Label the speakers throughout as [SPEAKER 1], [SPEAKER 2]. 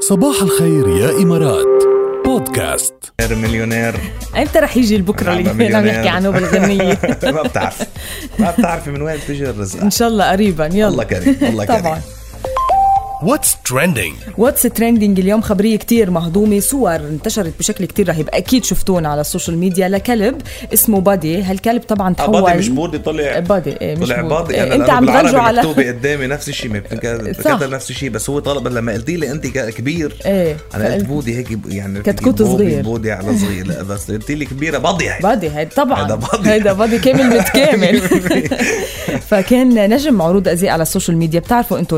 [SPEAKER 1] صباح الخير يا إمارات بودكاست
[SPEAKER 2] مليونير
[SPEAKER 3] امتى رح يجي البكره
[SPEAKER 2] أنا
[SPEAKER 3] اللي عم
[SPEAKER 2] مليونير.
[SPEAKER 3] نحكي عنه بالغنيه
[SPEAKER 2] ما بتعرف ما بتعرفي من وين بتجي الرزق
[SPEAKER 3] ان شاء الله قريبا
[SPEAKER 2] الله
[SPEAKER 3] يلا
[SPEAKER 2] كريم الله
[SPEAKER 3] طبعا
[SPEAKER 2] كريم
[SPEAKER 1] What's trending
[SPEAKER 3] واتس ترندنج اليوم خبريه كتير مهضومه صور انتشرت بشكل كتير رهيب اكيد شفتون على السوشيال ميديا لكلب اسمه بادي هالكلب طبعا تحول
[SPEAKER 2] آه، بادي مش بودي طلع
[SPEAKER 3] بادي، إيه، مش
[SPEAKER 2] طلع
[SPEAKER 3] بودي.
[SPEAKER 2] بادي
[SPEAKER 3] إيه،
[SPEAKER 2] انا
[SPEAKER 3] أنت
[SPEAKER 2] أنا
[SPEAKER 3] عم
[SPEAKER 2] بالعربي
[SPEAKER 3] ترجعوا على-
[SPEAKER 2] مكتوبه قدامي نفس الشيء ما بتنك-
[SPEAKER 3] صح.
[SPEAKER 2] بتكتب نفس الشيء بس هو طلب لما قلتي لي انت ك- كبير
[SPEAKER 3] إيه،
[SPEAKER 2] انا قلت
[SPEAKER 3] فقلت-
[SPEAKER 2] بودي هيك ب- يعني
[SPEAKER 3] كتكوت
[SPEAKER 2] بودي-
[SPEAKER 3] صغير.
[SPEAKER 2] بودي على صغير لا بس قلتي لي كبيره بادي هيك.
[SPEAKER 3] بادي هيدا طبعا
[SPEAKER 2] هيدا بادي.
[SPEAKER 3] هيدا بادي كامل متكامل فكان نجم معروض ازياء على السوشيال ميديا بتعرفوا انتم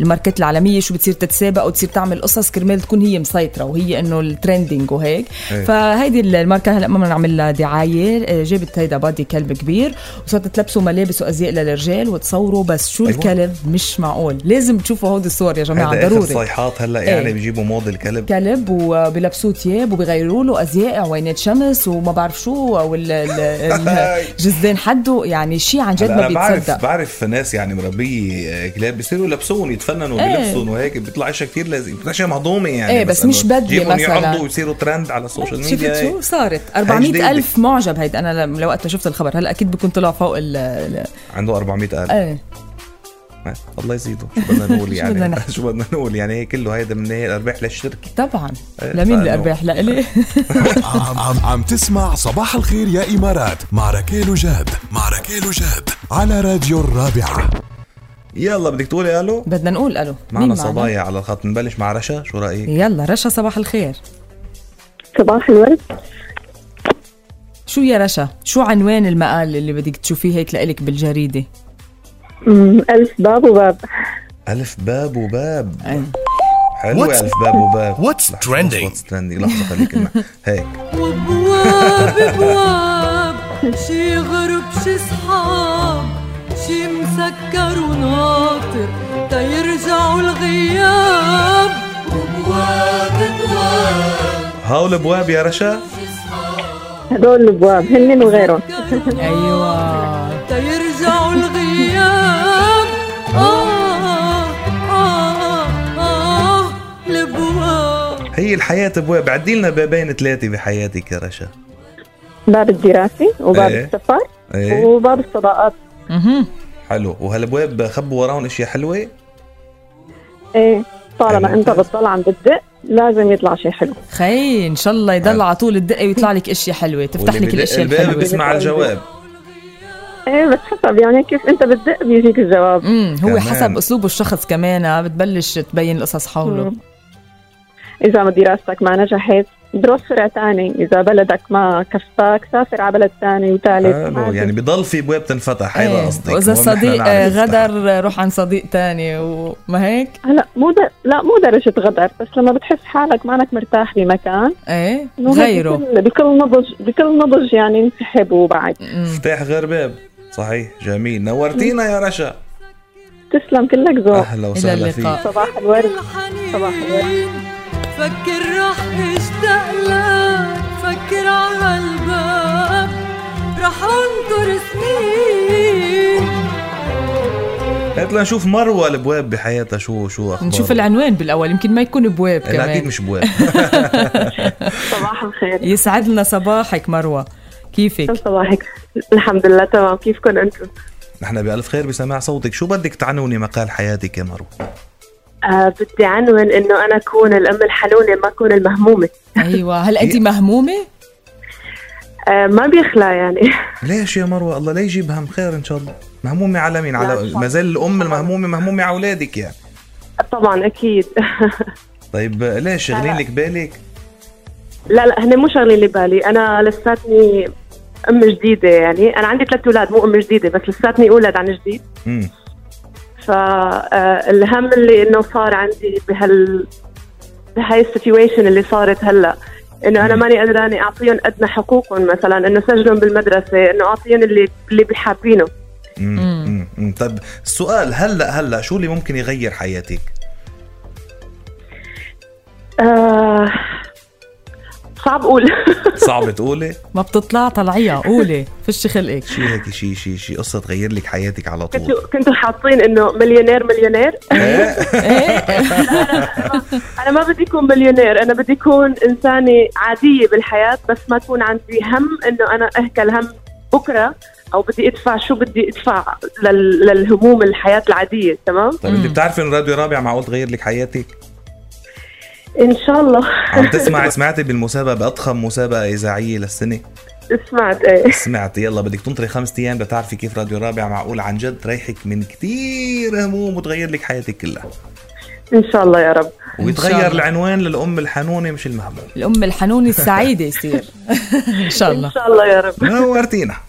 [SPEAKER 3] الماركات العالميه شو بتصير تتسابق وتصير تعمل قصص كرمال تكون هي مسيطره وهي انه الترندنج وهيك
[SPEAKER 2] إيه.
[SPEAKER 3] فهيدي الماركه هلا ما بدنا نعمل لها دعايه آه، جابت هيدا بادي كلب كبير وصارت تلبسه ملابس وازياء للرجال وتصوره بس شو
[SPEAKER 2] أيوة.
[SPEAKER 3] الكلب مش معقول لازم تشوفوا هودي الصور يا جماعه
[SPEAKER 2] هذا اخر
[SPEAKER 3] ضروري
[SPEAKER 2] صيحات هلا يعني
[SPEAKER 3] إيه.
[SPEAKER 2] بيجيبوا موضه الكلب
[SPEAKER 3] كلب وبيلبسوه ثياب وبيغيروا له ازياء عوينات شمس وما بعرف شو والجزدان حده يعني شيء عن جد
[SPEAKER 2] هلا
[SPEAKER 3] ما
[SPEAKER 2] انا بعرف
[SPEAKER 3] بيتصدق
[SPEAKER 2] بعرف ناس يعني مربيه كلاب بيصيروا يلبسون يتفننوا
[SPEAKER 3] إيه.
[SPEAKER 2] بلبسهم وهيك بيطلع اشياء كثير لازم بيطلع اشياء مهضومه يعني
[SPEAKER 3] إيه، بس
[SPEAKER 2] إنه
[SPEAKER 3] مش بدلة
[SPEAKER 2] جيبهم
[SPEAKER 3] مثلاً.
[SPEAKER 2] يقعدوا ويصيروا ترند على السوشيال ميديا
[SPEAKER 3] شفت شو
[SPEAKER 2] هيك.
[SPEAKER 3] صارت 400 ألف
[SPEAKER 2] جديدة.
[SPEAKER 3] معجب هيدا أنا لم- لوقتها شفت الخبر هلا أكيد بكون طلع فوق ال ال-
[SPEAKER 2] عنده 400 ألف
[SPEAKER 3] إيه
[SPEAKER 2] الله يزيده شو بدنا نقول
[SPEAKER 3] شو
[SPEAKER 2] يعني
[SPEAKER 3] بدنا نحكي؟
[SPEAKER 2] شو بدنا نقول يعني هي كله هيدا من هي الارباح للشركه
[SPEAKER 3] طبعا
[SPEAKER 2] إيه،
[SPEAKER 3] لمين
[SPEAKER 2] فإنه-
[SPEAKER 3] الأرباح لإلي
[SPEAKER 1] عم, عم, عم تسمع صباح الخير يا إمارات مع ركيل وجاد مع ركيل وجاد على راديو الرابعة
[SPEAKER 2] يلا بدك تقولي الو
[SPEAKER 3] بدنا نقول ألو مين
[SPEAKER 2] معنا صبايا على الخط نبلش مع رشا شو رايك؟
[SPEAKER 3] يلا رشا صباح الخير
[SPEAKER 4] صباح الورد
[SPEAKER 3] شو يا رشا شو عنوان المقال اللي بدك تشوفيه هيك لإلك بالجريدة
[SPEAKER 4] أمم، ألف باب وباب
[SPEAKER 2] الف باب وباب
[SPEAKER 3] إيه.
[SPEAKER 2] حلو
[SPEAKER 1] What's-
[SPEAKER 2] الف باب وباب
[SPEAKER 1] What's
[SPEAKER 2] لحظة،
[SPEAKER 1] trending؟
[SPEAKER 2] what's trending لحظه خليك نع- هيك
[SPEAKER 5] وبواب بواب شي غرب شي صحاب شي مسكر وناطر تيرجعوا الغياب وبواب بواب
[SPEAKER 2] هاو البواب يا رشا
[SPEAKER 4] هدول البواب هن وغيرهم
[SPEAKER 3] أيوة
[SPEAKER 5] تيرجعوا الغياب آه آه آه البواب
[SPEAKER 2] هي الحياة أبواب عدي لنا بابين ثلاثة بحياتك يا رشا
[SPEAKER 4] باب الدراسة وباب
[SPEAKER 2] إيه.
[SPEAKER 4] السفر
[SPEAKER 2] ايه
[SPEAKER 4] وباب الصداقات
[SPEAKER 3] مهم.
[SPEAKER 2] حلو وهالابواب خبوا وراهم اشياء حلوة
[SPEAKER 4] ايه طالما
[SPEAKER 2] حلو.
[SPEAKER 4] انت بتطلع عم بتدق لازم يطلع شيء حلو
[SPEAKER 3] خي ان شاء الله يضل على طول الدقه ويطلع لك اشياء حلوه تفتح
[SPEAKER 2] واللي
[SPEAKER 3] لك
[SPEAKER 2] بدق
[SPEAKER 3] الاشياء
[SPEAKER 2] الباب
[SPEAKER 3] الحلوه
[SPEAKER 2] بيسمع الجواب
[SPEAKER 4] ايه بس حسب يعني كيف انت بتدق بيجيك الجواب
[SPEAKER 3] امم هو
[SPEAKER 2] كمان.
[SPEAKER 3] حسب اسلوب الشخص كمان آه، بتبلش تبين القصص حوله
[SPEAKER 4] مم. اذا ما دراستك ما نجحت دروس فرع تاني اذا بلدك ما كفاك سافر على بلد تاني وثالث
[SPEAKER 2] حلو يعني بضل في ابواب تنفتح هيدا
[SPEAKER 3] إيه،
[SPEAKER 2] قصدك
[SPEAKER 3] واذا
[SPEAKER 2] المهم نحن
[SPEAKER 3] الصديق آه،
[SPEAKER 2] نعرف نفتح.
[SPEAKER 3] غدر آه، روح عن صديق تاني وما هيك
[SPEAKER 4] هلا مو در... لا مو درجة غدر بس لما بتحس حالك مانك مرتاح بمكان
[SPEAKER 3] ايه
[SPEAKER 4] إنه هيك
[SPEAKER 3] غيره
[SPEAKER 4] بكل- بكل نضج بكل نضج يعني انسحب وبعد
[SPEAKER 3] مم.
[SPEAKER 2] افتح غير باب صحيح جميل نورتينا يا رشا
[SPEAKER 4] تسلم كلك ذوق
[SPEAKER 2] اهلا
[SPEAKER 3] الى
[SPEAKER 2] وسهلا فيك
[SPEAKER 3] اللقاء
[SPEAKER 4] صباح الورد صباح
[SPEAKER 5] الحنين فكر رح اشتاق لك فكر على الباب رح انطر سنين
[SPEAKER 2] هات لنشوف مروة الابواب بحياتها شو شو اخبارها
[SPEAKER 3] نشوف العنوان بالاول يمكن ما يكون بواب
[SPEAKER 2] لا اكيد
[SPEAKER 3] كمان
[SPEAKER 2] مش بواب
[SPEAKER 4] صباح الخير
[SPEAKER 3] يسعد لنا صباحك مروه كيفك
[SPEAKER 4] صباحك الحمد لله تمام كيفكم انتم؟
[SPEAKER 2] نحن بألف خير بسماع صوتك شو بدك تعنوني مقال حياتك يا مروة
[SPEAKER 4] آه بدي عنون انه انا اكون الام الحنونه ما اكون المهمومه
[SPEAKER 3] ايوه هل انت
[SPEAKER 2] هي-
[SPEAKER 3] مهمومه
[SPEAKER 4] آه ما بيخلى يعني
[SPEAKER 2] ليش يا مروة الله لا يجيب هم خير ان شاء الله مهمومة على مين على
[SPEAKER 4] لا،
[SPEAKER 2] ما زال الام المهمومة مهمومة على اولادك يعني
[SPEAKER 4] طبعا اكيد
[SPEAKER 2] طيب ليش شغلين لك بالك
[SPEAKER 4] لا لا هن مو شغله اللي بالي انا لساتني ام جديده يعني انا عندي ثلاث اولاد مو ام جديده بس لساتني اولاد عن جديد
[SPEAKER 2] امم
[SPEAKER 4] فالهم اللي انه صار عندي بهال بهاي السيتويشن اللي صارت هلا انه انا
[SPEAKER 2] مم.
[SPEAKER 4] ماني قدراني اعطيهم قد ما حقوقهم مثلا انه سجلهم بالمدرسه انه اعطيهم اللي اللي بحابينه
[SPEAKER 2] أمم،
[SPEAKER 3] أمم.
[SPEAKER 2] أمم، أمم. طيب السؤال هلا هلا شو اللي ممكن يغير حياتك
[SPEAKER 4] آه، صعب اقول
[SPEAKER 2] صعب تقولي
[SPEAKER 3] ما بتطلع طلعيها قولي فشي خلقك
[SPEAKER 2] شو هيك شيء شيء شيء قصه تغير لك حياتك على طول
[SPEAKER 4] كنتوا كنتوا حاطين انه مليونير مليونير
[SPEAKER 2] إيه؟
[SPEAKER 3] إيه؟
[SPEAKER 4] انا ما بدي اكون مليونير انا بدي اكون انسانه عاديه بالحياه بس ما تكون عندي هم انه انا اهكل هم بكره او بدي ادفع شو بدي ادفع لل... للهموم الحياه العاديه تمام
[SPEAKER 2] طيب انت بتعرفي ان راديو رابع معقول تغير لك حياتك؟
[SPEAKER 4] ان شاء الله
[SPEAKER 2] عم تسمع سمعتي بالمسابقه باضخم مسابقه اذاعيه للسنه
[SPEAKER 4] سمعت ايه
[SPEAKER 2] سمعت يلا بدك تنطري خمس ايام لتعرفي كيف راديو رابع معقول عن جد تريحك من كتير هموم وتغير لك حياتك كلها
[SPEAKER 4] ان شاء الله يا رب
[SPEAKER 3] الله.
[SPEAKER 2] ويتغير العنوان للام الحنونه مش المهموم
[SPEAKER 3] الام الحنونه السعيده يصير ان شاء الله
[SPEAKER 4] ان شاء الله يا رب
[SPEAKER 2] نورتينا